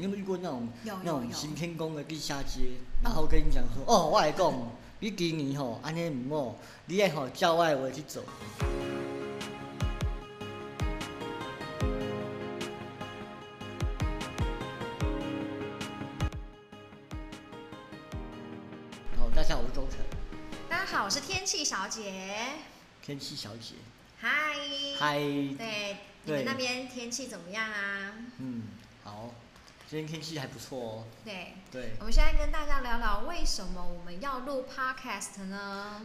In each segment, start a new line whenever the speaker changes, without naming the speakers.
定都遇过那种
有有
那种
有
行天宫的地下街，然后跟你讲 说，哦，我来讲，你今年吼安尼唔好，你爱吼照我的话去做。好，大家好，我是周晨，
大家好，我是天气小姐，
天气小姐，
嗨。
嗨，
对，你
对
们那边天气怎么样啊？
嗯，好，今天天气还不错哦，
对，
对，
我们现在跟大家聊聊为什么我们要录 podcast 呢？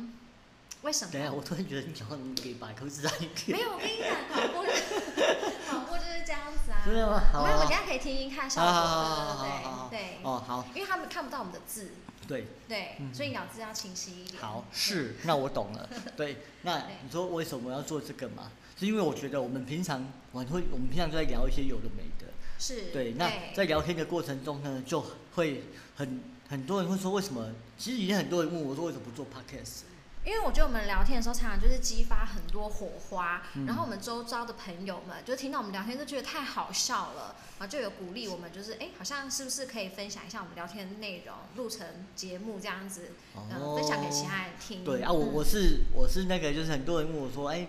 为什
等一下，啊我
么？
突然觉得你讲话怎么给百科知道一点？
没有，我跟你讲，广播就是 广播就是这样子啊。
真的吗？好
我
啊，
们我
好啊
们等一下可以听听看效
好
果
好好好好
的，对
哦，好，
对，因为他们看不到我们的字，
对，
对，
嗯
所以咬字要清晰一点。
好，是，那我懂了。对，那
对
你说为什么要做这个嘛？是因为我觉得我们平常我会，我们平常都在聊一些有的没的。
是，
对，那在聊天的过程中呢，就会很很多人会说为什么？其实以前很多人问我说为什么不做 podcast？
因为我觉得我们聊天的时候，常常就是激发很多火花，
嗯
然后我们周遭的朋友们就听到我们聊天，就觉得太好笑了，然后就有鼓励我们，就是哎，诶好像是不是可以分享一下我们聊天的内容，录成节目这样子，然后分享给其他人听。
哦对啊，我
嗯
我是我是那个，就是很多人问我说，哎，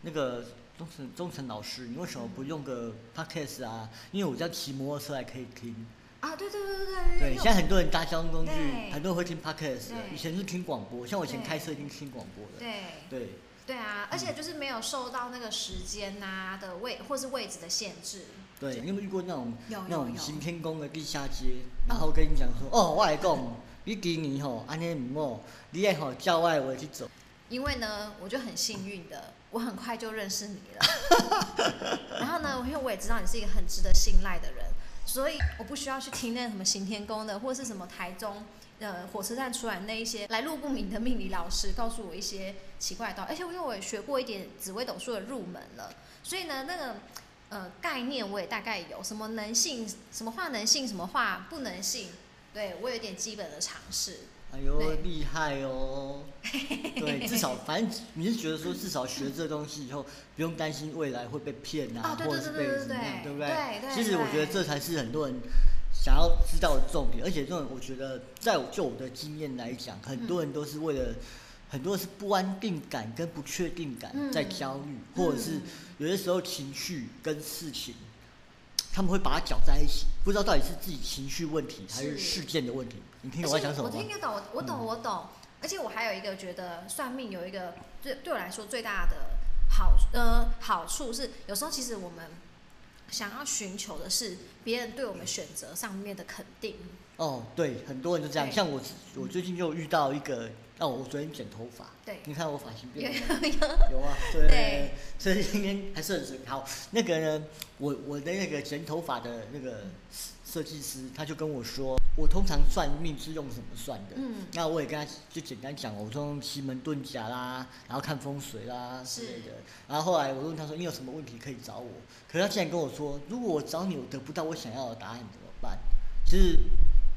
那个钟诚钟诚老师，你为什么不用个 podcast 啊？因为我这样骑摩托车还可以听。
啊，对对对对对
对，现在很
多
多人搭交通工具
对，
很多人会听 podcast 的。
对
以前是听广播，像我以前
对
开车一定听广播的。
对
对
对啊，而且就是没有受到那个时间呐、的位或是位置的限制。
对，你有没有遇过那种
有有
那种
有
行天宫的地下街，然后跟你讲说，哦，我来讲，你今年吼安尼唔好，你爱吼照我的话去走。
因为呢，我就很幸运的，我很快就认识你了。 然后呢，因为我也知道你是一个很值得信赖的人，所以我不需要去听那什么行天宫的，或是什么台中呃火车站出来那一些来路不明的命理老师告诉我一些奇怪的道理。而且因为我也学过一点紫微斗数的入门了，所以呢，那个呃概念我也大概有，什么能信，什么话能信，什么话不能信，对我有一点基本的尝试。
哎呦
对，
厉害 哦！对，至少反正你是觉得说，至少学这东西以后，不用担心未来会被骗啊
哦，对
或
对
者是
对
被
对
怎么样，
对
对不对？
对对
其实我觉得
对
这才是很多人想要知道的重点，而且这种我觉得，在我就我的经验来讲，很多人都是为了。很多是不安定感跟不确定感
嗯
在焦虑，或者是
嗯
有些时候情绪跟事情，他们会把它搅在一起，不知道到底是自己情绪问题还是
是
事件的问题。你听
而
我
且
在讲什么
我
吗？
听得懂，我懂，
嗯
我懂。而且我还有一个觉得算命有一个最对我来说最大的好呃好处是，有时候其实我们想要寻求的是别人对我们选择上面的肯定。
哦，对，很多人都这样。
对
像我，我最近就遇到一个，哦，我昨天剪头发，
对
你看我发型
有
变了吗，
有有，
有啊，
对
对，所以今天还是很水。好，那个呢，我我的那个剪头发的那个设计师，他就跟我说，我通常算命是用什么算的？
嗯
那我也跟他就简单讲，我说用奇门遁甲啦，然后看风水啦之
是
类的。然后后来我问他说，你有什么问题可以找我？可是他竟然跟我说，如果我找你，我得不到我想要的答案怎么办？就是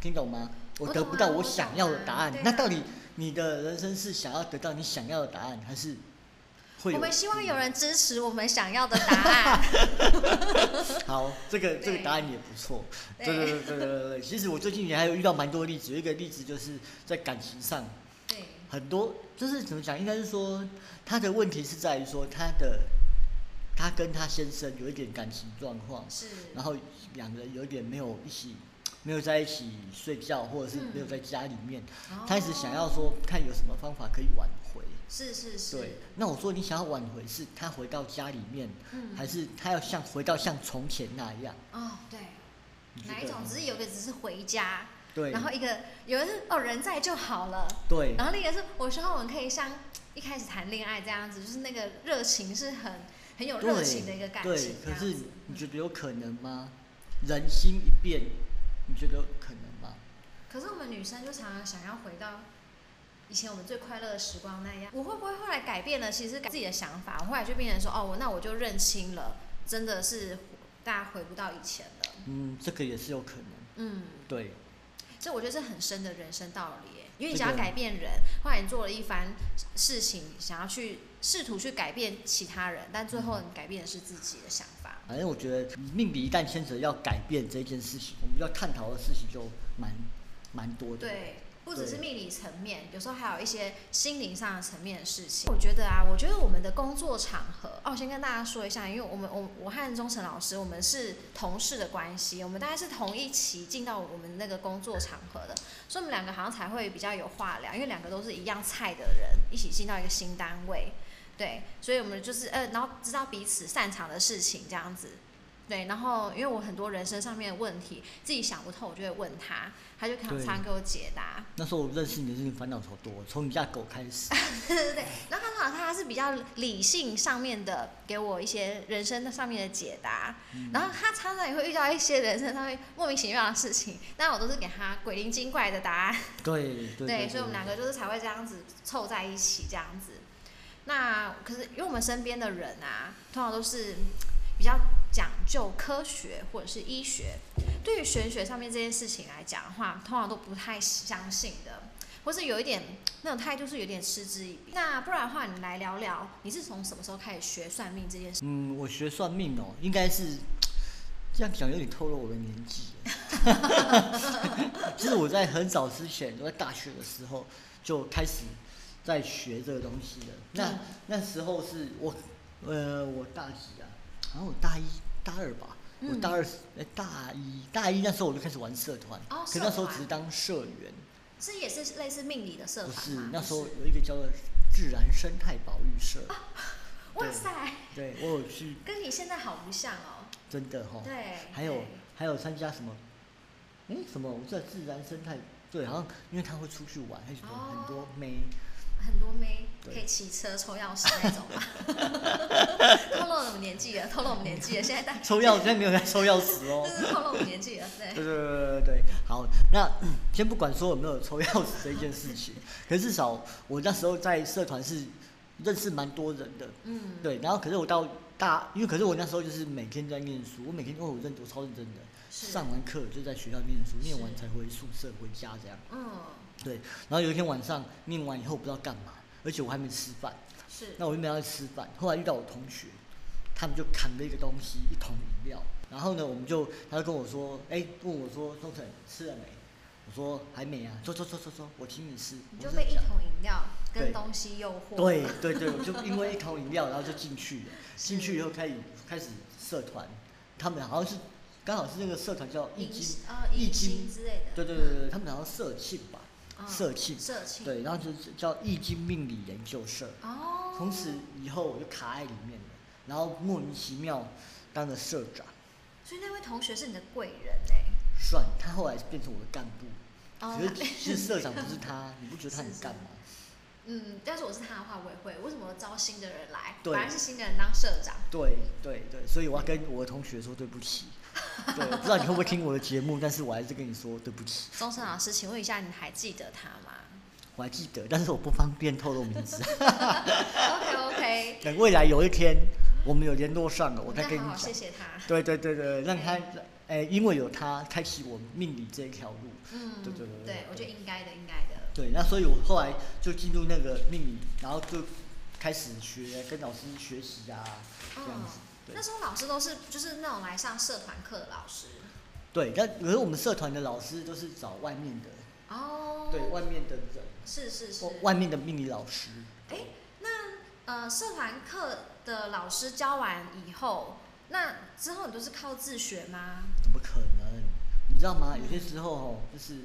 听懂吗？我
我
得
懂
不到
啊
我
我
想
懂
要的
啊
答案，
对
那
啊
到底你的人生是想要得到你想要的答案，还是 会有？嗯
我们希望有人支持我们想要的答案。
好，这 个这
对
个答案也不错。对
对
对对对对对，其实我最近也还有遇到蛮多例子，有一个例子就是在感情上，
对，
很多就是怎么讲，应该是说他的问题是在于说他的他跟他先生有一点感情状况，
是。
然后两个人有点没有一起，没有在一起睡觉，或者是没有在家里面，
嗯哦
他一直想要说看有什么方法可以挽回。
是是是。
对，那我说你想要挽回是他回到家里面，
嗯
还是他要像回到像从前那样？
哦，对。
你觉
哪一
得
种？
呢
只是有一个只是回家，
对，
然后一个有的是哦人在就好了。
对
然后另一个是，我希望我们可以像一开始谈恋爱这样子，就是那个热情是很很有热情的一个感
对
情。，
可
这样
是
子
你
嗯
觉得有可能吗？人心一变，你觉得有可能吗？
可是我们女生就常常想要回到以前我们最快乐的时光那样。我会不会后来改变了？其实改自己的想法，我后来就变成说，哦，我那我就认清了，真的是大家回不到以前了。
嗯，这个也是有可能。
嗯，
对，
这我觉得是很深的人生道理耶，因为你
这
想要
个
改变人，后来你做了一番
嗯
事情，想要去试图去改变其他人，但最后你改变的是自己的想法。
反正我觉得命理一旦牵扯要改变这件事情，我们要探讨的事情就蛮蛮多的。
对，不只
对
是命理层面，有时候还有一些心灵上的层面的事情。我觉得啊，我觉得我们的工作场合，哦，我先跟大家说一下，因为我们我我和钟诚老师，我们是同事的关系，我们大概是同一期进到我们那个工作场合的，所以我们两个好像才会比较有话聊，因为两个都是一样菜的人，一起进到一个新单位，对，所以我们就是呃，然后知道彼此擅长的事情这样子。对，然后因为我很多人生上面的问题自己想不透，我就会问他，他就常
对
常给我解答。
那时候我认识你的事情烦恼超多，从你家狗开 始。
对对对，然后他好像他是比较理性上面的，给我一些人生上面的解答。然后他常常也会遇到一些人生上面莫名其妙的事情，但我都是给他鬼灵精怪的答案。
对对对，
所以我们两个就是才会这样子凑在一起这样子。那可是因为我们身边的人啊，通常都是比较讲究科学或者是医学，对于玄学上面这件事情来讲的话，通常都不太相信的，或是有一点那种态度是有点嗤之以鼻。那不然的话，你来聊聊，你是从什么时候开始学算命这件事？
嗯，我学算命哦，应该是这样讲有点透露我的年纪耶。 其实我在很早之前，我在大学的时候就开始在学这个东西了。那、
嗯
那时候是我，呃，我大几啊？好像我大一、大二吧。我
嗯
大二、哎大一、大一那时候我就开始玩社团，
哦
可那时候
社团
只是当社员，
是也是类似命理的社
不
团
是
吗？
那时候
不是
有一个叫做自然生态保育社，
啊哇塞，
对我有去，
跟你现在好不像哦。
真的哈。
对，
还有
对
还有参加什么？哎、什么？我在自然生态对，好像因为他会出去玩，还有什么
哦
很多妹，
很多妹
对
可以骑车抽钥匙那种嘛，透露我们年纪了，透露我们年纪了，现在大
抽钥匙，现在没有在抽钥匙 哦
这。是透露我们年纪了，
对
对，
对对对对，好，那嗯先不管说有没有抽钥匙这一件事情，可是至少我那时候在社团是认识蛮多人的，
嗯，
对，然后可是我到大，因为可是我那时候就是每天在念书，我每天都我认我超认真的，
是
上完课就在学校念书，念完
是
才回宿舍回家这样。
嗯，
对，然后有一天晚上念完以后不知道干嘛，而且我还没吃饭，
是，
那我就没有去吃饭。后来遇到我同学，他们就扛了一个东西，一桶饮料。然后呢，我们就他就跟我说，哎、问我说，钟晨吃了没？我说还没啊，走走走走走，我请你吃。
你
我
就
在
被一
讲
桶饮料跟
对
东西诱惑，
对对对，我就因为一桶饮料，然后就进去了。进去以后开始开始社团，他们好像是刚好是那个社团叫易
迎
经，
呃
易
迎
经
新之类的，
对对对对，对他们好像社庆吧，
嗯，
社庆。
社庆，，
对，然后就是叫易经命理研究社。
哦，
从此以后我就卡在里面了，然后莫名其妙当了社长，
所以那位同学是你的贵人哎，
算他后来变成我的干部。
哦
可是其实社长不是 他，你不觉得他很
是是
干嘛？
嗯，要是我是他的话，我也会，为什么招新的人来，
对
反而是新的人当社长，
对对对，所以我要跟我的同学说对不起。对，我不知道你会不会听我的节目，但是我还是跟你说对不起，
钟声老师，请问一下，你还记得他 吗？
我还记得，但是我不方便透露名 字。
OK OK，
等未来有一天我们有联络上了，我再
再
跟你
好好
讲
谢。谢他。
对对对对，让他，哎、因为有他开启我命理这一条路，
嗯，
对对对对对
我觉得应该的，应该的。
对，那所以我后来就进入那个命理，然后就开始学跟老师学习啊，这样
嗯
子。，
那时候老师都是就是那种来上社团课的老师。
对，对，但可是我们社团的老师都是找外面的，
哦，
对外面的人，
是是是
或。外面的命理老师。
哎，那呃，社团课的老师教完以后，那之后你都是靠自学吗？
怎么可能？你知道吗？有些时候哦，就是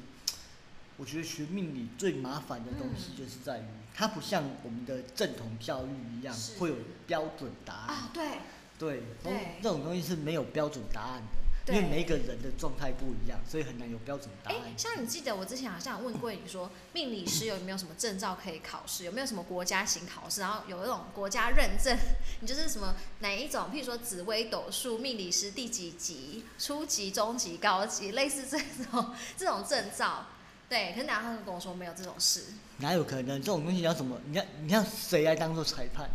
我觉得学命理最麻烦的东西，
嗯
就是在于、它不像我们的正统教育一样
是
会有标准答案。
啊，对，
哦对，
对
哦这种东西是没有标准答案的，
对
因为每一个人的状态不一样，所以很难有标准答
哎
案。，
像你记得我之前好像有问过你说，命理师有没有什么证照可以考试？有没有什么国家型考试？然后有一种国家认证，你就是什么哪一种？譬如说紫微斗数命理师第几级、初级、中级、高级，类似这种这种证照。对，可是然后他们跟我说没有这种事，
哪有可能？这种东西你要怎么？你要你要谁来当做裁判？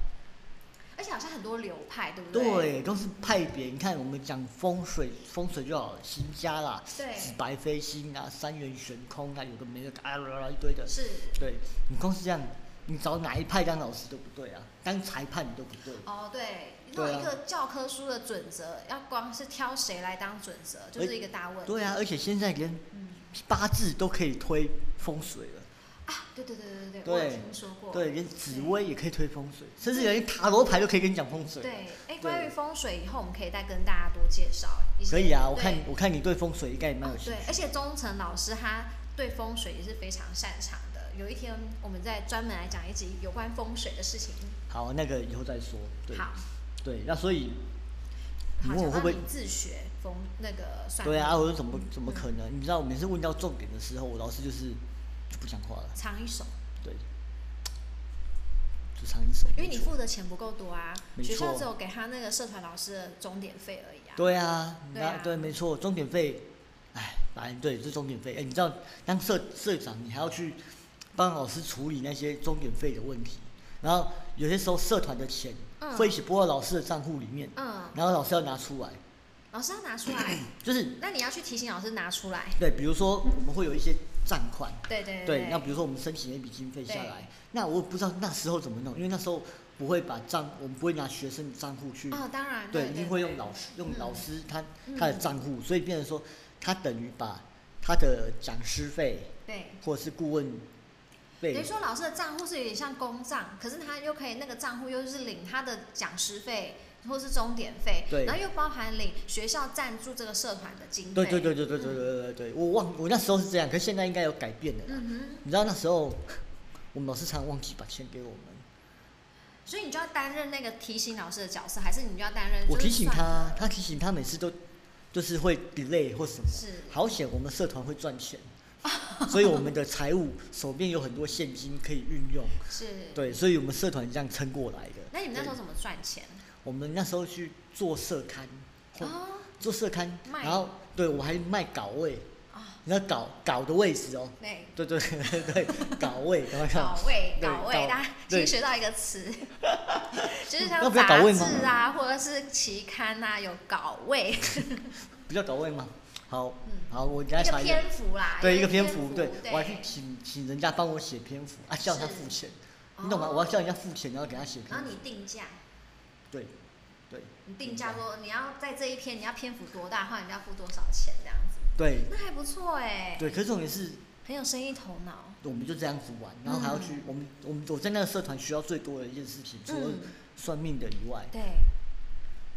而且好像很多流派，对不对？
对，都是派别。你看，我们讲风水，风水就好了，行家啦，
对
紫白飞星啊，三元悬空啊，有的没的，啊啦啦啦一堆的。
是
对，你光是这样，你找哪一派当老师都不对啊，当裁判你都不对。
哦，对，那
对
种
啊
一个教科书的准则，要光是挑谁来当准则，就是一个大问题。
对啊，而且现在连
嗯，
八字都可以推风水了。
啊，对对对对对，
对
我有听说过。
对，连紫薇也可以推风水，甚至连塔罗牌都可以跟你讲风水。
对，
对
哎，关于风水，以后我们可以再跟大家多介绍一些。
可以啊，我
对
看我看你对风水应该也蛮有
哦
兴
对，而且钟诚老师他对风水也是非常擅长的。有一天我们再专门来讲一集有关风水的事情。
好，那个以后再说。对
好，
对，那所以你
好，
问我会
讲
不会
到你？自学风那个算
对啊，
命
我说怎么怎么可能？你知道，我每次问到重点的时候，我老师就是就不讲话了。
唱一首，
对，就唱一首。
因为你
没错
付的钱不够多啊，
没
学校
错
只有给他那个社团老师的钟点费而已啊。
对啊，
对
那
啊
对，没错，钟点费，哎，反正对，是钟点费。哎，你知道当社社长，你还要去帮老师处理那些钟点费的问题，然后有些时候社团的钱
嗯
会一起拨到老师的账户里面，
嗯，
然后老师要拿出来，
老师要拿出 来，
就是
那你要去提醒老师拿出来。
对，比如说我们会有一些账款，
对对
对，
对，
那比如说我们申请一笔经费下
对
来，那我不知道那时候怎么弄，因为那时候不会把账，我们不会拿学生的账户去
哦，当然
嗯对，
对，
一定会用老师用老师他、
嗯
他的账户，所以变成说他等于把他的讲师费
对。
或者是顾问
嗯等于
费，
说老师的账户是有点像公账，可是他又可以那个账户又是领他的讲师费或是钟点费，
对
然后又包含领学校赞助这个社团的经费。嗯
对对对对对对对对对对，我忘我那时候是这样，可是现在应该有改变的啦。
嗯
你知道那时候我们老师常忘记把钱给我们，
哼，所以你就要担任那个提醒老师的角色，还是你就要担任？
我提醒他，
他
他提醒他每次都就是会 delay 或什么，
是
好险我们社团会赚钱，所以我们的财务手边有很多现金可以运用，
是。
对，所以我们社团这样撑过来的。
那你们那
对
时候怎么赚钱？
我们那时候去做社刊，或
哦
做社刊，
卖
然后对我还卖稿位，
啊，
你知道稿稿的位置哦，
对，
对对对，稿 位，赶快看
稿，位，
对
稿位，
稿
大家
对
新学到一个词， 就是像
要不要稿
杂
位吗
志啊，或者是期刊啊，有稿位，
不叫稿位吗？好
嗯，
好，我给
一
他
个
查一下，
篇幅啦，
对，一个
篇
篇幅，对
对，
我还去请请人家帮我写篇幅啊，叫他付钱，你懂吗？
哦
我要叫人家付钱，然后给他写篇
然后
幅
你，定价，
对，对，
你定价说你要在这一篇你要篇幅多大，或者你要付多少钱这样子，
对
那还不错哎、
对，可是重点是。
很有生意头脑。
我们就这样子玩，然后还要去、我们我们我在那个社团学到最多的一件事情，除了
嗯
算命的以外，
对，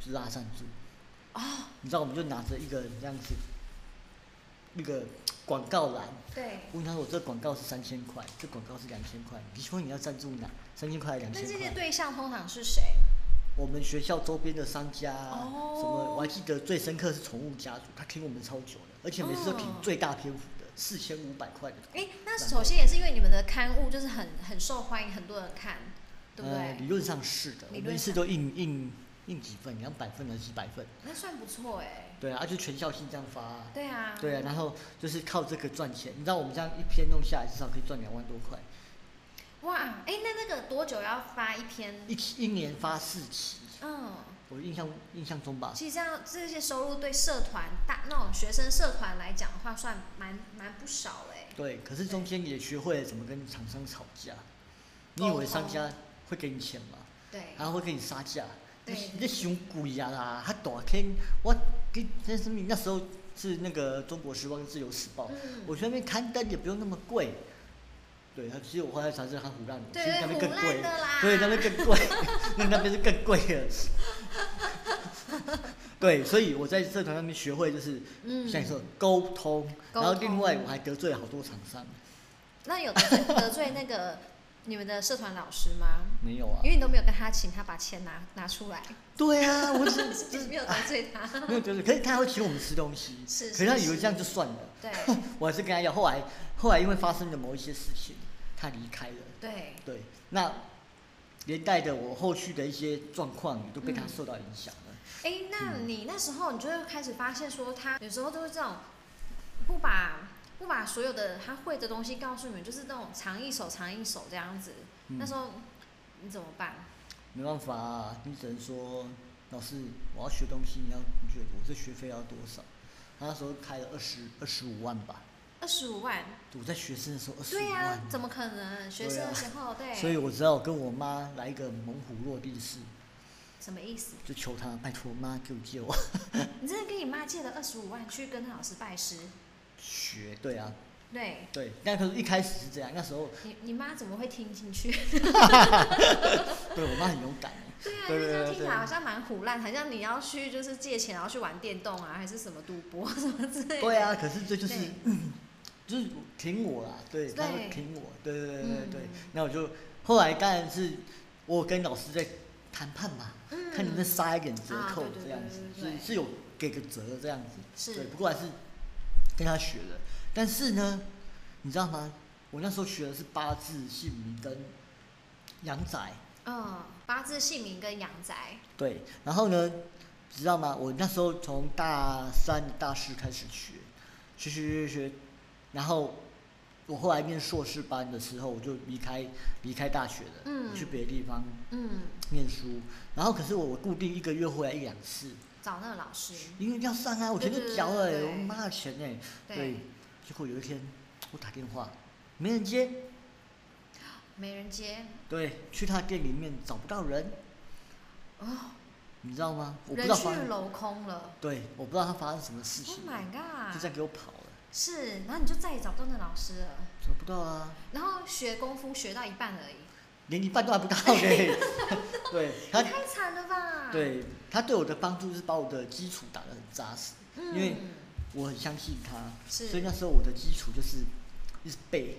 是拉赞助。
哦，
你知道，我们就拿着一个这样子，一个广告栏，
对，
问他说我这广告是三千块，这广告是两千块，你说你要赞助哪？三千块还是两
那这
千
些
块？
对象通常是谁？
我们学校周边的商家啊，
哦
什么我还记得最深刻是宠物家族，他听我们超久的，而且每次都评
嗯
最大篇幅的四千五百块的，
哎、那首先也是因为你们的刊物就是很很受欢迎，很多人看，对不对？
呃，理论上是的，我
理论
们一次
上
都印印印几份，两百份还是几百份？
那算不错哎、
对啊，啊就全校性这样发、啊。
对啊，
对啊，然后就是靠这个赚钱。你知道我们这样一篇弄下来，至少可以赚两万多块，
哇，哎、那那个多久要发一篇？
一期一年发四期，
嗯，
我印象印象中吧。
其实这样这些收入对社团大那种学生社团来讲的话，算蛮蛮不少哎、
对，可是中间也学会了怎么跟厂商吵架。你以为商家会给你钱吗？
对，
然后会给你杀价？
对
你你熊鬼呀啦！他大天，我给那什么？那时候是那个《中国时报》跟《自由时报》
嗯
我去那边刊登也不用那么贵。对，他其实我后来才知道他胡乱的，
对
其实那边更
胡
贵
乱的啦，
对，那边更贵， 那那边是更贵了。对，所以我在社团上面学会就是，
嗯
像你说沟通，
沟
然后另外
通
我还得罪了好多厂商，
那有得罪得罪那个你们的社团老师吗？
没有啊
因，为你都没有跟他请他把钱拿拿 出来，
对啊，我只
你没有得罪他。
没有得罪，可是他还会请我们吃东西，
是
可是他
是
以为
是
这样就算了，
对
我还是跟他要，后来后来因为发生了某一些事情，他离开了，
对，
对，那连带的我后续的一些状况也都被他
嗯
受到影响了。
哎，那
嗯
你那时候你就会开始发现说，他有时候都是这种不把不把所有的他会的东西告诉你们，就是那种藏一手藏一手这样子。
嗯
那时候你怎么办？
没办法、啊，你只能说老师，我要学东西，你要你觉得我这学费要多少？他那时候开了二十二十五万吧，
二十五万，
我在学生的时候二十
对
五
呀、
万，啊
怎 么可能？学生的时候，对,、
所以我只好跟我妈来一个猛虎落地式，
什么意思？
就求他拜托妈给我借我
你真的跟你妈借了二十五万去跟老师拜师？
学。对啊，
对
对，那可是一开始是这样，那时候
你，你妈怎么会听进去？
对我妈很勇敢欸，
对啊，因
对
为这
对
样听起
对
来好像蛮胡乱，好像你要去就是借钱，然后去玩电动啊，还是什么赌博什么之类的。
对啊，，可是这就是
对
就是挺我啦，对，他
对
会挺我，对对对对对
嗯。
那我就后来当然是我跟老师在谈判嘛，
嗯，
看能不能杀一点折
啊
扣
对对
这
对
样
对
子，
对对
是是有给个折这样子，
是
对。不过还是跟他学的，但是呢，你知道吗？我那时候学的是八字、姓名跟阳宅，
嗯，八字姓名跟阳宅，
对。然后呢，知道吗？我那时候从大三、大四开始学，学学学学，然后我后来念硕士班的时候，我就离开离开大学了，
嗯
我去别的地方
嗯，
念书。然后可是我我固定一个月回来一两次，
找那个老师，
因为要上啊，我
对
钱
对
都交了、
对对
我妈的钱哎、
对
对。结果有一天我打电话，没人接，
没人接，
对，去他店里面找不到人，
哦，
你知道吗？我不知
人
道
去
发生，
楼空了
对，我不知道他发生什么事
，Oh
情，
my
就这
god，
样给我跑了，
是，然后你就再也找不到那老师了，
找不到啊，
然后学功夫学到一半而已，
连一半都还不到 嘞、对
也
他，
太惨了吧？，
对他对我的帮助是把我的基础打得很扎实，
嗯，
因为我很相信他，
是
所以那时候我的基础就是一直背，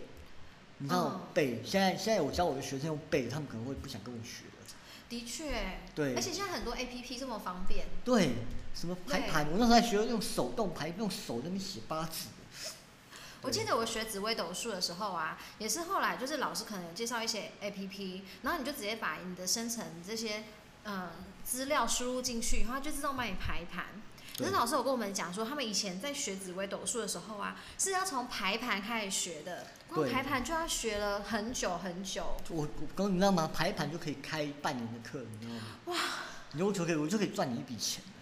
你知道、
哦
背。现在现在我教我的学生用背的，他们可能会不想跟我学了。
的确，
对
而且现在很多 A P P 这么方便，
对，什么排
对
盘，我那时候还学用手动排，用手在那边写八字。
我记得我学紫微斗数的时候啊，也是后来就是老师可能有介绍一些 A P P，然后你就直接把你的生成这些嗯资料输入进去，然后它就自动帮你排盘。可
对
是老师有跟我们讲说，他们以前在学紫微斗数的时候啊，是要从排盘开始学的，光
对
排盘就要学了很久很久。
我我刚你知道吗？排盘就可以开半年的课，你知道吗？哇！你我就可以我就可以赚你一笔钱了。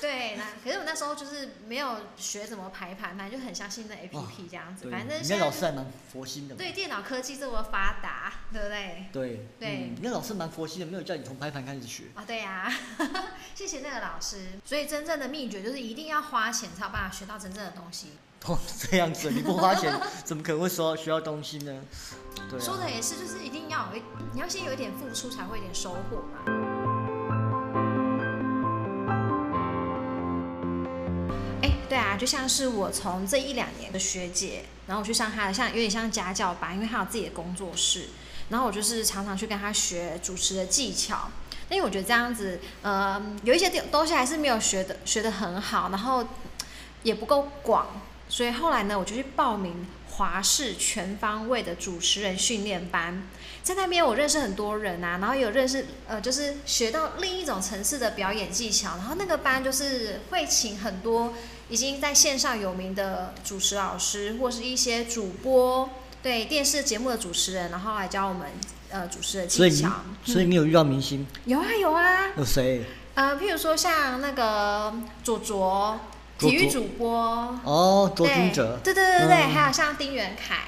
对，那可是我那时候就是没有学怎么排盘，反正就很相信那 A P
哇
P 这样子。
对，
反正
你
现
那
在
老师还蛮佛心的嘛。
对电脑科技这么发达，对不对？
对
对
嗯，你那老师蛮佛心的，没有叫你从排盘开始学。
啊，对呀、 谢谢那个老师。所以真正的秘诀就是一定要花钱才有办法学到真正的东西。
哦，这样子你不花 钱，怎么可能会说学到东西呢？对、啊。
说的也是，就是一定要有一，你要先有一点付出，才会有点收获嘛。哎，对啊，就像是我从这一两年的学姐，然后我去上她的，像有点像家教吧，因为她有自己的工作室，然后我就是常常去跟她学主持的技巧。但因为我觉得这样子，呃，有一些地东西还是没有学的学的很好，然后也不够广，所以后来呢，我就去报名华视全方位的主持人训练班，在那边我认识很多人啊，然后有认识呃，就是学到另一种层次的表演技巧。然后那个班就是会请很多已经在线上有名的主持老师或是一些主播，对电视节目的主持人，然后来教我们呃主持的
所
技
以你
巧。
所以你有遇到明星？
有啊有啊，
有谁？
呃，譬如说像那个卓卓，
卓
体育
卓
主播，
哦，卓
对
君哲、
对对对对，
嗯
还有像丁元凯，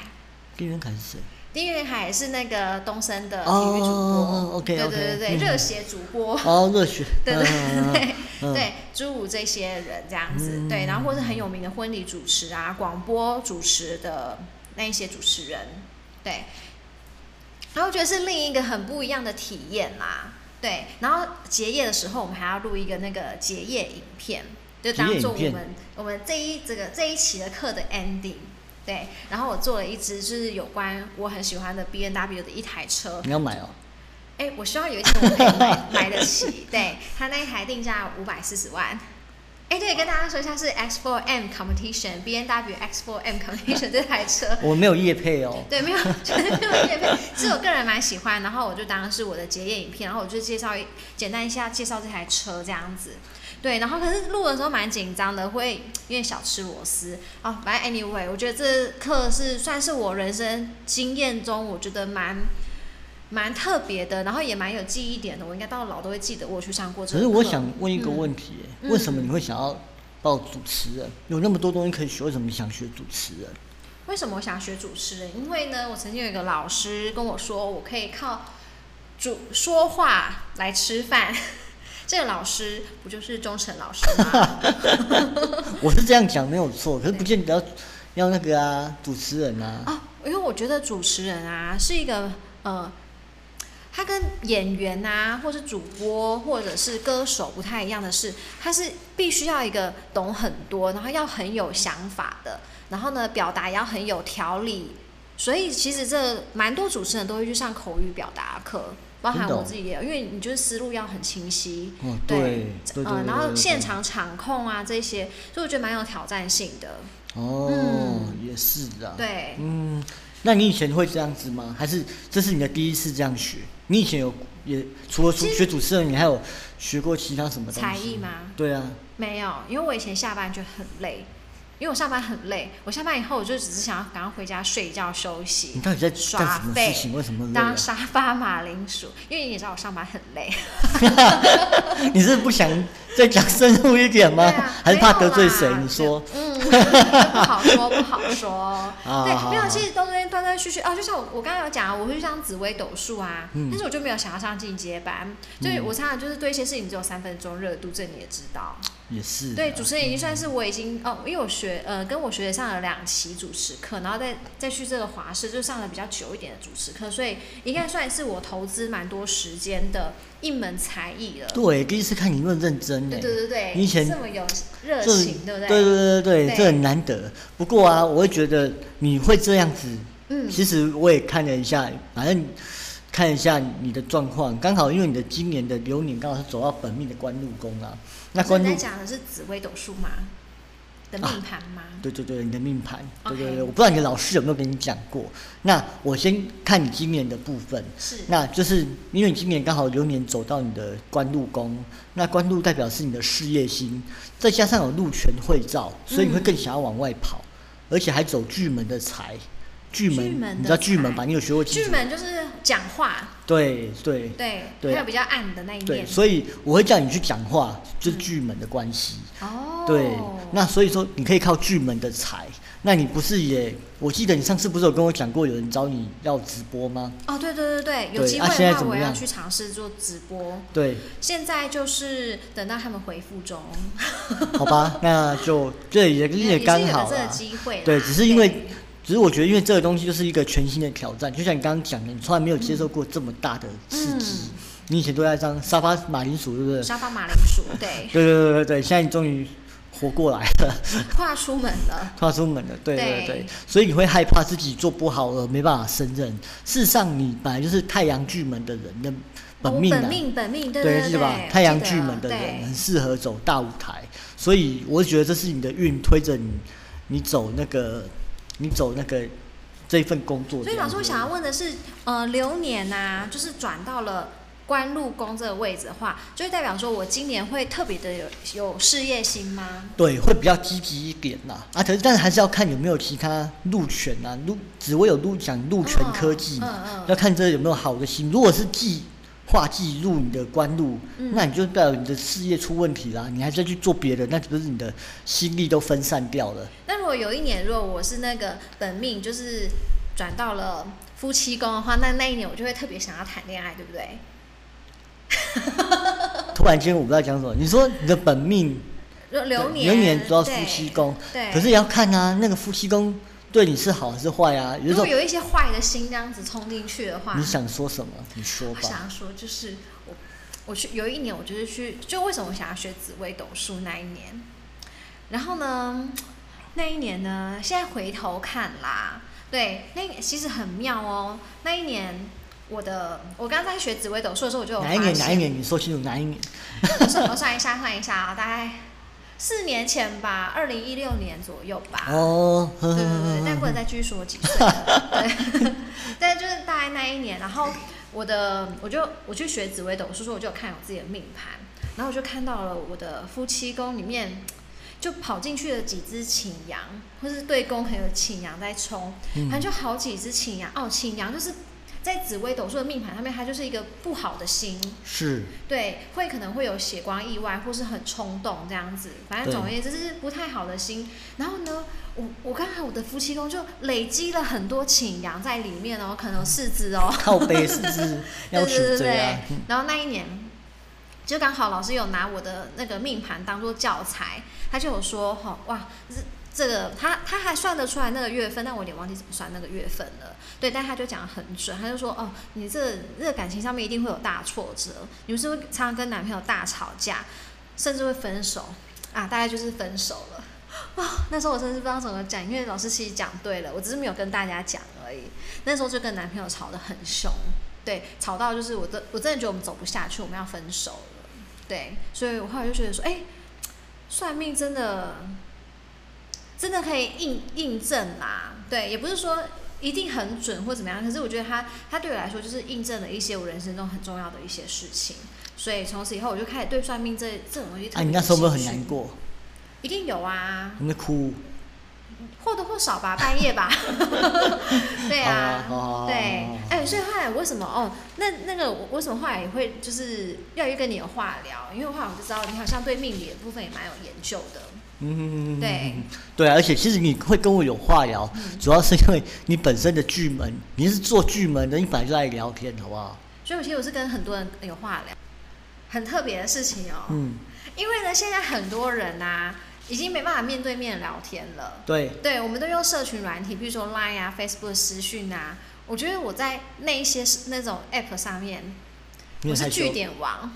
丁元凯是谁？
丁元凯也是那个东森的体育主播、
哦，OK，
对
OK，
对对对，
嗯
热血主播，
哦，热血。
对对
嗯
对、
嗯
对，诸如这些人这样子，
嗯
对，然后或是很有名的婚礼主持啊、广播主持的那一些主持人，对，然后我觉得是另一个很不一样的体验啦，对，然后结业的时候我们还要录一个那个结业影片，就当做我
结业影
们我们这一这个这一期的课的 ending。对，然后我做了一支就是有关我很喜欢的 B N W 的一台车，
你要买哦？
哎，我希望有一天我可以买买得起。对，他那一台定价五百四十万。哎，对，跟大家说一下是 X4M Competition B N W X4M Competition 这台车。
我没有业配哦。
对，没有，绝对没有业配，是我个人蛮喜欢。然后我就当是我的结业影片，然后我就介绍一简单一下介绍这台车这样子。对，然后可是录的时候蛮紧张的，会有点小吃螺丝哦。反正 anyway，我觉得这课是算是我人生经验中我觉得蛮蛮特别的，然后也蛮有记忆点的。我应该到老都会记得我有去上过这
可
个
是
课。
我想问一个问题、
嗯
为什么你会想要报主持人？有那么多东西可以学，为什么你想学主持人？
为什么我想学主持人？因为呢，我曾经有一个老师跟我说，我可以靠主说话来吃饭。 这个老师不就是忠诚老师吗？
我是这样讲没有错，可是不见得要要那个啊，主持人啊，
啊，因为我觉得主持人啊是一个呃，他跟演员啊，或是主播，或者是歌手不太一样的是，他是必须要一个懂很多，然后要很有想法的，然后呢，表达也要很有条理。所以其实这蛮多主持人都会去上口语表达课，包含
真的
我
哦
自己也有，因为你就是思路要很清晰，
哦，
对
对，对对
呃，
对
然后
对
现
对
场场控啊这些，所以我觉得蛮有挑战性的。
哦，也是的，，
嗯对，
嗯，那你以前会这样子吗？还是这是你的第一次这样学？你以前有也除了
其
学
实
学主持人，你还有学过其他什么东西？
才艺？吗？
对啊，
没有，因为我以前下班就很累，因为我上班很累，我下班以后我就只是想要赶快回家睡觉休息
你，到底在干
耍
什么
废
事情？为什么嗯累、啊
当？沙发马铃薯。因为你也知道我上班很累，
你是不想再讲深入一点吗？
对啊
还是怕得罪
没
谁
有？啦
你说，
嗯，不好说，不好 说。
啊
对，没有，
好
其实都在断断续续哦，就像我我刚刚有讲，我会去上紫薇斗数啊，
嗯
但是我就没有想要上进阶班，所以
嗯
我常常就是对一些事情只有三分钟热度，这你也知道。
也是啊。
对，主持人已经算是我已经哦，因为我学呃跟我学姐上了两期主持课，然后再再去这个华师就上了比较久一点的主持课，所以应该算是我投资蛮多时间的一门才艺了。
对，第一次看你那么认真欸呢
对。对对对，
你以前
这么有热
这
情，对不对？
对对对对
对
这很难得。不过啊，我会觉得你会这样子，
嗯
其实我也看了一下，反正看一下你的状况，刚好因为你的今年的流年刚好是走到本命的官禄宫啊，那
所以
官
你
禄
在讲的是紫微斗数吗？的命
啊
盘吗？
对对对，你的命盘，对对
OK
对，我不知道你的老师有没有跟你讲过。那我先看你今年的部分，
是
那就是因为你今年刚好流年走到你的官禄宫，那官禄代表是你的事业心，再加上有禄权会照，所
嗯
以你会更想要往外跑，而且还走巨门的财。巨门，
巨门的
你知道巨门吧？
财
你有学过基
巨
础？
门就是讲话，
对对
对，
对啊
还有比较暗的那一
对，
面。
所以我会叫你去讲话，就是巨门的关系。
哦，
对，那所以说你可以靠巨门的财。那你不是也？我记得你上次不是有跟我讲过，有人找你要直播吗？
哦，对对对对，有
对
机
啊
会
现在
的话，
怎么
我要
样
去尝试做直播。
对，
现在就是等到他们回复 中，
好吧，那就这 也
因为
也
已经
刚
有
好
了这个
啦。
机会啦
对，只是因为
对，
只是我觉得，因为这个东西就是一个全新的挑战，就像你刚刚讲的，你从来没有接受过这么大的刺
嗯
激。你以前都在当沙发马铃薯，对不对？
沙发马铃 薯，对，
对对对对对，现在你终于活过来了。
跨出门了，
跨出门了，对对
对
对，所以你会害怕自己做不好而没办法胜任。事实上，你本来就是太阳巨门的人的本命
哦
啊
本，命本命，对对啊
记得吧？太阳巨门的人很
对
适合走大舞台，所以我觉得这是你的运推着你，你走那个，你走那个这份工作这
所以
样
老
子。
师，我想要问的是，呃，流年呐、就是转到了。官禄宫这个位置的话，就是代表说我今年会特别的有有事业心吗？
对，会比较积极一点啦。啊，可是但是还是要看有没有其他路权啊，路只会有路讲路权科技嘛，
嗯嗯嗯
要看这有没有好的心。如果是计划计入你的官路，
嗯
那你就代表你的事业出问题啦，你还在去做别的，那不是你的心力都分散掉了。
那如果有一年，如果我是那个本命，就是转到了夫妻宫的话，那那一年我就会特别想要谈恋爱，对不对？
突然间我不知道讲什么，你说你的本命
流流年，
流年主要是
对
夫妻宫，
对。
可是也要看啊，那个夫妻宫对你是好还是坏啊？有
如
时
果
候
有一些坏的心这样子冲进去的话，
你想说什么，你说
我
吧。
想要说就是我我去有一年我就是去，就为什么我想要学紫微斗数那一年，然后呢，那一年呢，现在回头看啦，对，那一年其实很妙哦，那一年。我的，我刚在学紫微斗数的时候，我就有
哪一
发
年？哪一
现
年？你说清楚哪一年？
我算我算一下，算一下啊，大概四年前吧，二零一六年左右吧。
哦，呵
对
呵
对
呵
对，
呵
但不能再继续说我几岁了。对， 但就是大概那一年，然后我的我就我去学紫微斗数，说我就有看我自己的命盘，然后我就看到了我的夫妻宫里面。就跑进去了几只擎羊，或是对宫很有擎羊在冲，
嗯
反正就好几只擎羊。哦，擎羊就是在紫微斗数的命盘上面，它就是一个不好的星，
是，
对，会可能会有血光意外，或是很冲动这样子。反正
对
总而言之，这是不太好的心。然后呢，我我刚好我的夫妻宫就累积了很多请羊在里面哦，可能有四只哦。
靠背是不是要啊
对
求
对
这
对对
样？。
然后那一年，就刚好老师有拿我的那个命盘当做教材，他就有说哈、哇，这这个他他还算得出来那个月份，但我有点忘记怎么算那个月份了。对，但他就讲得很准，他就说哦，你这这个感情上面一定会有大挫折，你们是不是常常跟男朋友大吵架，甚至会分手啊？大概就是分手了。哇、啊那时候我真的是不知道怎么讲，因为老师其实讲对了，我只是没有跟大家讲而已。那时候就跟男朋友吵得很凶，对，吵到就是我真我真的觉得我们走不下去，我们要分手了。对，所以我后来就觉得说，哎、算命真的真的可以印印证啦。对，也不是说一定很准或怎么样，可是我觉得它它对我来说就是印证了一些我人生中很重要的一些事情。所以从此以后，我就开始对算命这这种东西特别、
啊，你那时候有没有很难？过？
一定有啊，
有没有哭？
或多或少吧，半夜吧，对啊，
好好好
对
好好，
哎、所以后来为什么哦，那那个我为什么后来也会就是要去跟你有话聊？因为后来我就知道你好像对命理的部分也蛮有研究的，
嗯，
对嗯
对啊，而且其实你会跟我有话聊，主要是因为你本身的巨门，你是做巨门的，你本来就爱聊天，好不好？
所以我其实我是跟很多人有话聊，很特别的事情哦，
嗯，
因为呢，现在很多人啊已经没办法面对面聊天了。
对，
对，我们都用社群软体，比如说 Line 啊、Facebook 私讯啊。我觉得我在那一些那种 App 上面，
你
我
很
是
害羞
据点王。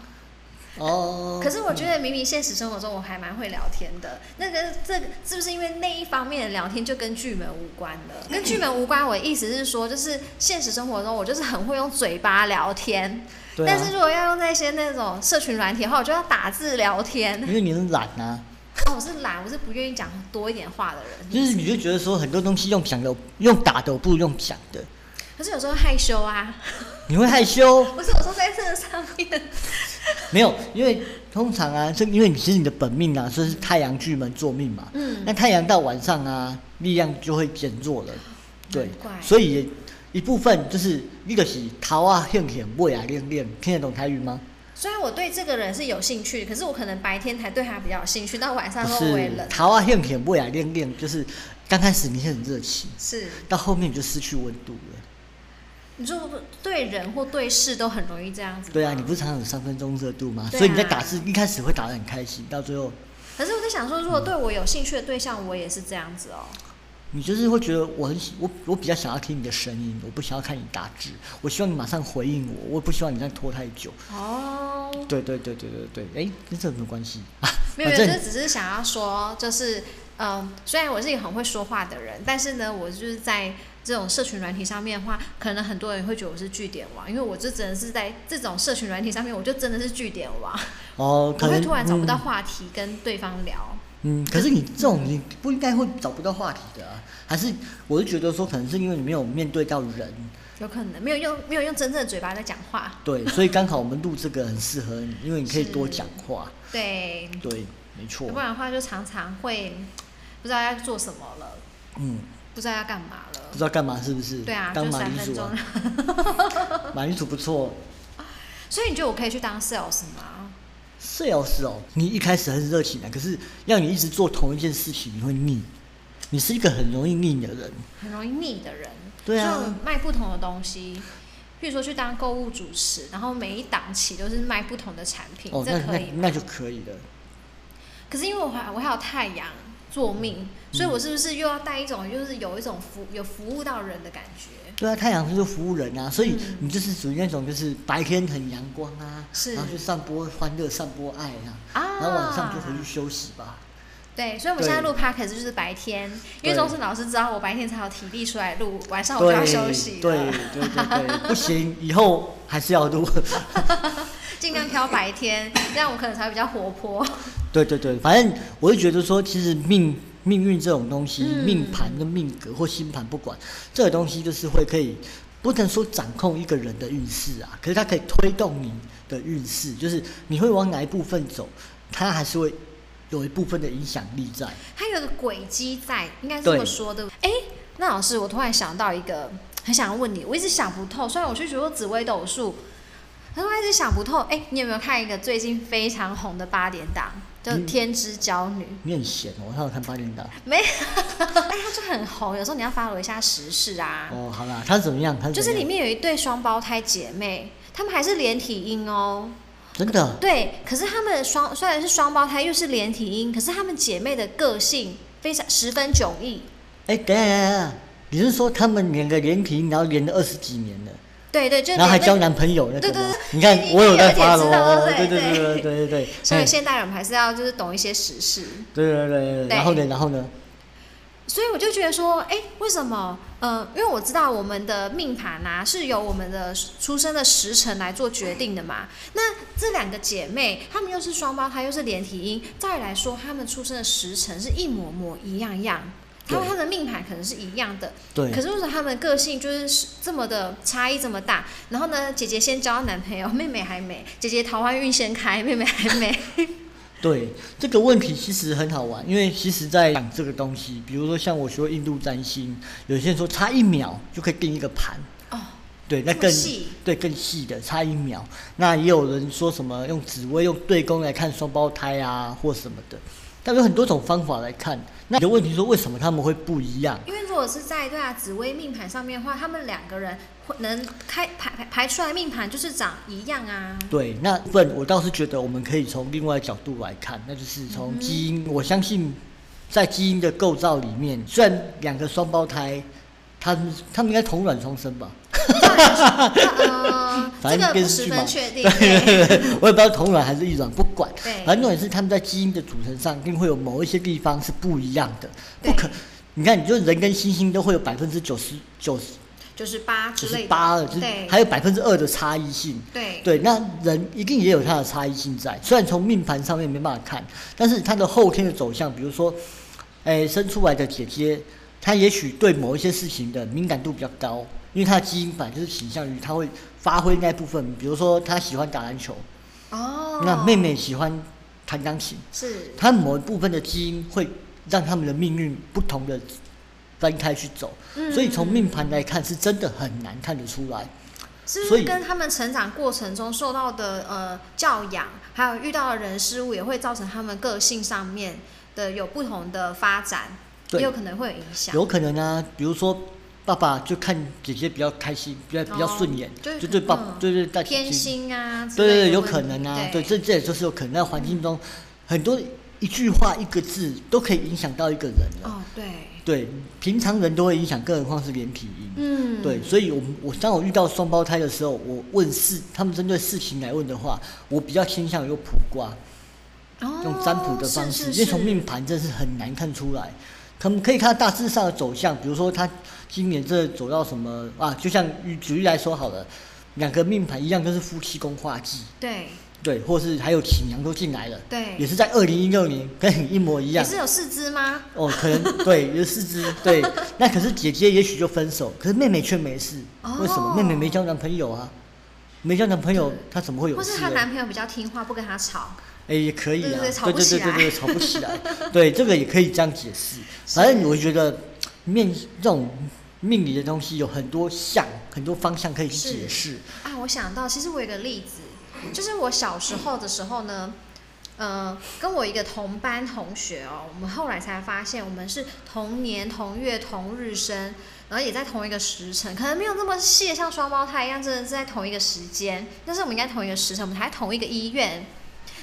哦。
可是我觉得明明现实生活中我还蛮会聊天的，那个这个是不是因为那一方面的聊天就跟巨门无关 了？跟巨门无关，我的意思是说，就是现实生活中我就是很会用嘴巴聊天，
对啊
但是如果要用那些那种社群软体的话，我就要打字 聊天。
因为你很懒啊，
哦，我是懒，我是不愿意讲多一点话的人。
就是你就觉得说很多东西用讲的，用打的，我不如用讲的，
可是有时候害羞啊，
你会害 羞。
不是我说在这个上面，
没有，因为通常啊，这因为你其实你的本命啊，所以是太阳巨门坐命嘛。
嗯
那太阳到晚上啊，力量就会减弱了。对
难怪，
所以一部分就是一个是桃啊、现现、未啊、练练，听得懂台语吗？
虽然我对这个人是有兴趣，可是我可能白天才对他比较有兴趣，到晚上
不
后我也
是
冷。
桃啊、现现、未啊、练练，就是刚开始你很热情，
是，
到后面你就失去温度了。
你说对人或对事都很容易这样子。
对啊，你不。是常常有三分钟热度吗？
对啊
所以你在打字一开始会打得很开心，到最后
可是我在想说，如果对我有兴趣的对象，我也是这样子哦。
你就是会觉得我很喜我我比较想要听你的声音，我不想要看你打字，我希望你马上回应我，我不希望你这样拖太久。
哦，
对对对对对对，哎、跟这有什么关系？
没有，没
反
有，
正
这只是想要说，就是嗯，虽然我是一个很会说话的人，但是呢，我就是在这种社群软体上面的话，可能很多人会觉得我是据点王，因为我就真的是在这种社群软体上面，我就真的是据点王，
哦，
我
可
会
能
突然找不到话题跟对方聊。
嗯。嗯，可是你这种你不应该会找不到话题的啊，还是我是觉得说，可能是因为你没有面对到人，
有可能没有用没有用真正的嘴巴在讲话，
对，所以刚好我们录这个很适合你，因为你可以多
是
讲话，
对，
对，没错
要，不然的话就常常会不知道要做什么了，
嗯，
不知道要干嘛
不知
了。
道干嘛是不是？
对
嗯
啊，
当
就
马
三
铃
分
薯
钟
啊，。马铃薯不错，
所以你觉得我可以去当 sales 吗？
sales 哦，你一开始很热情的，可是要你一直做同一件事情，你会腻。你是一个很容易腻的人，
很容易腻的人，
对啊
所以我卖不同的东西。譬如说去当购物主持，然后每一档期都是卖不同的产品，
哦，那
这可
那
以吗
那就可以了。
可是因为我还我还有太阳做命，
嗯
所以我是不是又要带一种就是有一种服有服务到人的感觉？
对啊，太阳就是服务人啊，所以
嗯
你就是属于那种就是白天很阳光啊，
是
然后去散播欢乐、散播爱啊，
啊
然后晚上就回去休息吧。
对，所以我们现在录 podcast 就是白天，因为
对
钟声老师知道我白天才有体力出来录，晚上我就
对
要休息
对
了，
对对对，不行，以后还是要录。
尽量挑白天，这样我可能才会比较活泼。
对对对，反正我就觉得说，其实命命运这种东西，
嗯
命盘跟命格或星盘，不管这个东西，就是会可以不能说掌控一个人的运势啊，可是它可以推动你的运势，就是你会往哪一部分走，它还是会有一部分的影响力在。
它有一个轨迹在，应该是这么
对
说的。哎，那老师，我突然想到一个，很想要问你，我一直想不透。虽然我去学过紫微斗数，可是我一直想不透。哎，你有没有看一个最近非常红的八点档，叫《
嗯
天之娇女》？
你很闲哦，我上次看八点档。
没，哎，它就很红。有时候你要 follow 一下时事啊。
哦，好啦，它是怎么样？它
就是
怎么
里
样
面有一对双胞胎姐妹，她们还是连体婴哦。
真的，
对，可是他们双虽然是双胞胎，又是连体婴，可是她们姐妹的个性非常十分迥异。
哎，等一下等一下等一下，你是说他们两个连体，然后连了二十几年了，
对对，就是
然后还
姐妹
交男朋友那
对
个
对
吗
对？
你看
应该
我
有
在
一点
发
知
了
道
哦，
对
对对
对
对对对对，
所以
嗯
现代人我们还是要就是懂一些时事。
对对对，然后呢，然后呢？
所以我就觉得说，哎，为什么？呃，因为我知道我们的命盘啊是由我们的出生的时辰来做决定的嘛。那这两个姐妹，她们又是双胞胎，又是连体婴，照理来说，她们出生的时辰是一模模一样样，她
对
们她的命盘可能是一样的，
对
可，是为什么她们个性就是这么的差异这么大？然后呢，姐姐先交男朋友，妹妹还没；姐姐桃花运先开，妹妹还没。
对这个问题其实很好玩，因为其实在讲这个东西，比如说像我学印度占星，有些人说差一秒就可以定一个盘，
哦，
对，那
这么
更
细
对更细的差一秒。那也有人说什么用紫微、用对宫来看双胞胎啊，或什么的，但有很多种方法来看。那你的问题说为什么他们会不一样？
因为如果是在对啊紫微命盘上面的话，他们两个人会能开排排排出来命盘就是长一样 啊。
对，那部分我倒是觉得我们可以从另外角度来看，那就是从基因。
嗯
我相信，在基因的构造里面，虽然两个双胞胎，他们他们应该同卵双生吧？
呃，这
反正
个
电视
不十
剧嘛
分确定。对
对， 我也不知道同卵还是异卵，不管
对。
反正重点是他们在基因的组成上，一定会有某一些地方是不一样的，
对
不可。你看，你就人跟猩猩都会有百分之九十九十
就是八之
九
类
十
的，
八二，就是
啊对
还有百分之二的差异性。
对
对，那人一定也有他的差异性在，虽然从命盘上面没办法看，但是他的后天的走向，比如说，哎，生出来的姐姐，她也许对某一些事情的敏感度比较高，因为她的基因版就是倾向于她会发挥那部分，比如说她喜欢打篮球，
哦，
那妹妹喜欢弹钢琴，
是
她某一部分的基因会让他们的命运不同的分开去走，
嗯
所以从命盘来看，是真的很难看得出来。
是不
所
是
以
跟他们成长过程中受到的呃教养，还有遇到的人事物，也会造成他们个性上面的有不同的发展，也
对
有可能会有影响。
有可能啊，比如说爸爸就看姐姐比较开心，比较比较顺眼，
就是
就对爸
嗯，
对对大姐
偏
姐，
心啊之
对
类的问
对
题，
对，有可能啊，对，这这也就是有可能。在环境中，很多一句话一个字都可以影响到一个人了。
哦对，
对，平常人都会影响，更何况是连体婴。
嗯，
对，所以我们我当我遇到双胞胎的时候，我问事，他们针对事情来问的话，我比较倾向于用卜卦，用占卜的方式，
哦哦、是是
因为
是
从命盘真的是很难看出来。可能可以看到大致上的走向，比如说他今年这走到什么啊？就像举举例来说好了，两个命盘一样都是夫妻宫化忌，
对
对，或是还有擎羊都进来了，
对，
也是在二零一六年跟你一模一
也
样。
是有四肢吗？
哦，可能对，有四 肢对，那可是姐姐也许就分手，可是妹妹却没事，
哦
为什么？妹妹没交男朋友啊，没交男朋友她怎么会有
或
事啊
是
呢？
她男朋友比较听话，不跟她吵，
哎、也可以啊，
对对对吵
对
不
对
起
对
来
对对，吵不起来， 对，这个也可以这样解释。反正我觉得命这种命理的东西有很多项，很多方向可以去解释。
啊，我想到，其实我有一个例子，就是我小时候的时候呢，呃，跟我一个同班同学哦，我们后来才发现我们是同年同月同日生，然后也在同一个时辰，可能没有那么细，像双胞胎一样，真的是在同一个时间，但是我们应该同一个时辰，我们还在同一个医院，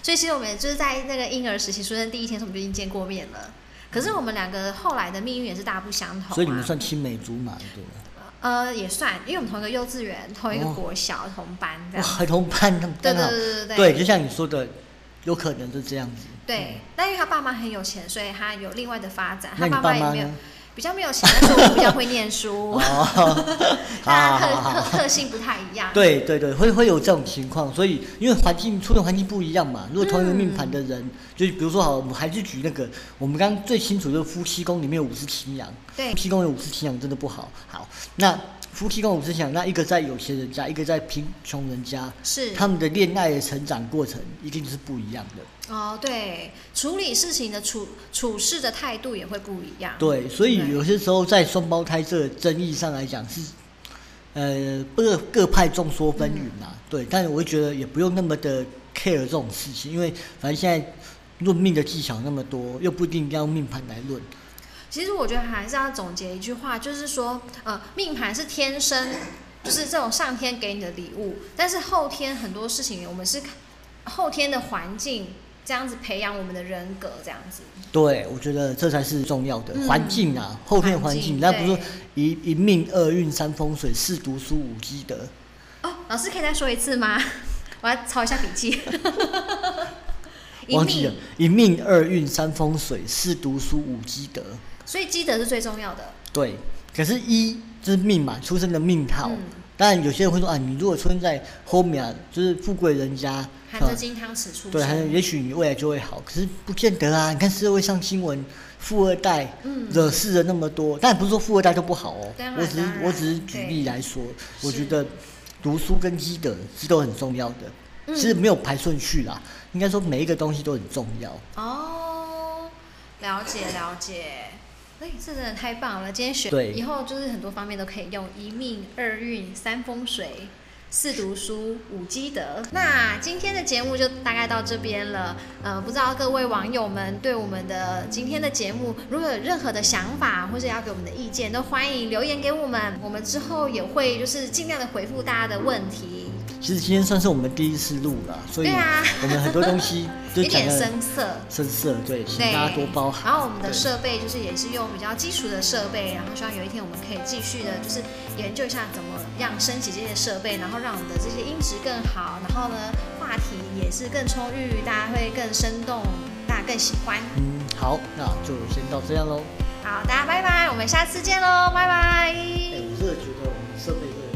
所以其实我们就是在那个婴儿时期出生第一天，我们就已经见过面了。可是我们两个后来的命运也是大不相同、啊，
所以你们算青梅竹马，对吗？
呃，也算，因为我们同一个幼稚园、同一个
哦
国小、同班这
哇，
样。
还同班，那么
啊对
刚
对
好，
对对
就像你说的，有可能是这样 子。
对。但因为他爸妈很有钱，所以他有另外的发展。
那
他
你
妈
爸
也
妈
没有
呢？
比较没有钱，但是我比较会 念书，
哦，
大家
好好
特
好
特特性不太一样。
对对对，会会有这种情况，所以因为环境出生环境不一样嘛，如果同一个命盘的
嗯
人，就比如说好，我们还是举那个，我们刚刚最清楚就是夫妻宫里面有五十擎羊，
对
夫妻宫有五十擎羊真的不好。好，那夫妻宫五十擎羊，那一个在有钱人家，一个在贫穷人家，
是
他们的恋爱的成长过程一定是不一样的。
哦，对，处理事情的处处事的态度也会不一样。
对，所以
对
有些时候在双胞胎这个争议上来讲是，呃，各各派众说纷纭啊。
嗯
对，但是我会觉得也不用那么的 care 这种事情，因为反正现在论命的技巧那么多，又不一定一定要用命盘来论。
其实我觉得还是要总结一句话，就是说，呃，命盘是天生，就是这种上天给你的礼物，但是后天很多事情我们是，后天的环境这样子培养我们的人格，这样子。
对，我觉得这才是重要的
嗯
环境啊，后天的环境，那不是说
对
一一命二运三风水四读书五积德。
哦，老师可以再说一次吗？ 我要抄一下笔 记。一
忘记了
命，
一命二运三风水四读书五积德。
所以积德是最重要的。
对，可是一就是命嘛，出生的命好。
嗯
当然有些人会说啊，你如果出生在后面啊，就是富贵人家，
含
啊
着金汤匙出
对，还
生。
也许你未来就会好，可是不见得啊。你看社会上新闻，富二代
嗯
惹事的那么多，但不是说富二代就不好哦
当。然
我只是
当然
我只是举例来说，我
是
觉得读书跟积德是都很重要的，
嗯
是没有排顺序啦。应该说每一个东西都很重要。
哦，了解了解。哎，这真的太棒了！今天学
对
以后就是很多方面都可以用，一命、二运、三风水、四读书、五积德。那今天的节目就大概到这边了。呃，不知道各位网友们对我们的今天的节目，如果有任何的想法或者要给我们的意见，都欢迎留言给我们。我们之后也会就是尽量的回复大家的问题，
其实今天算是我们第一次录啦，所以
对啊
我们很多东西就
有
讲
点
的
生涩。
深色，对，请
对，
大家多包涵。
然后我们的
对
设备就是也是用比较基础的设备，然后希望有一天我们可以继续的，就是研究一下怎么样升级这些设备，然后让我们的这些音质更好，然后呢话题也是更充裕，大家会更生动，大家更喜欢。
嗯，好，那就先到这样喽。
好，大家拜拜，我们下次见喽，拜拜。
哎，我真的觉得我们设备真的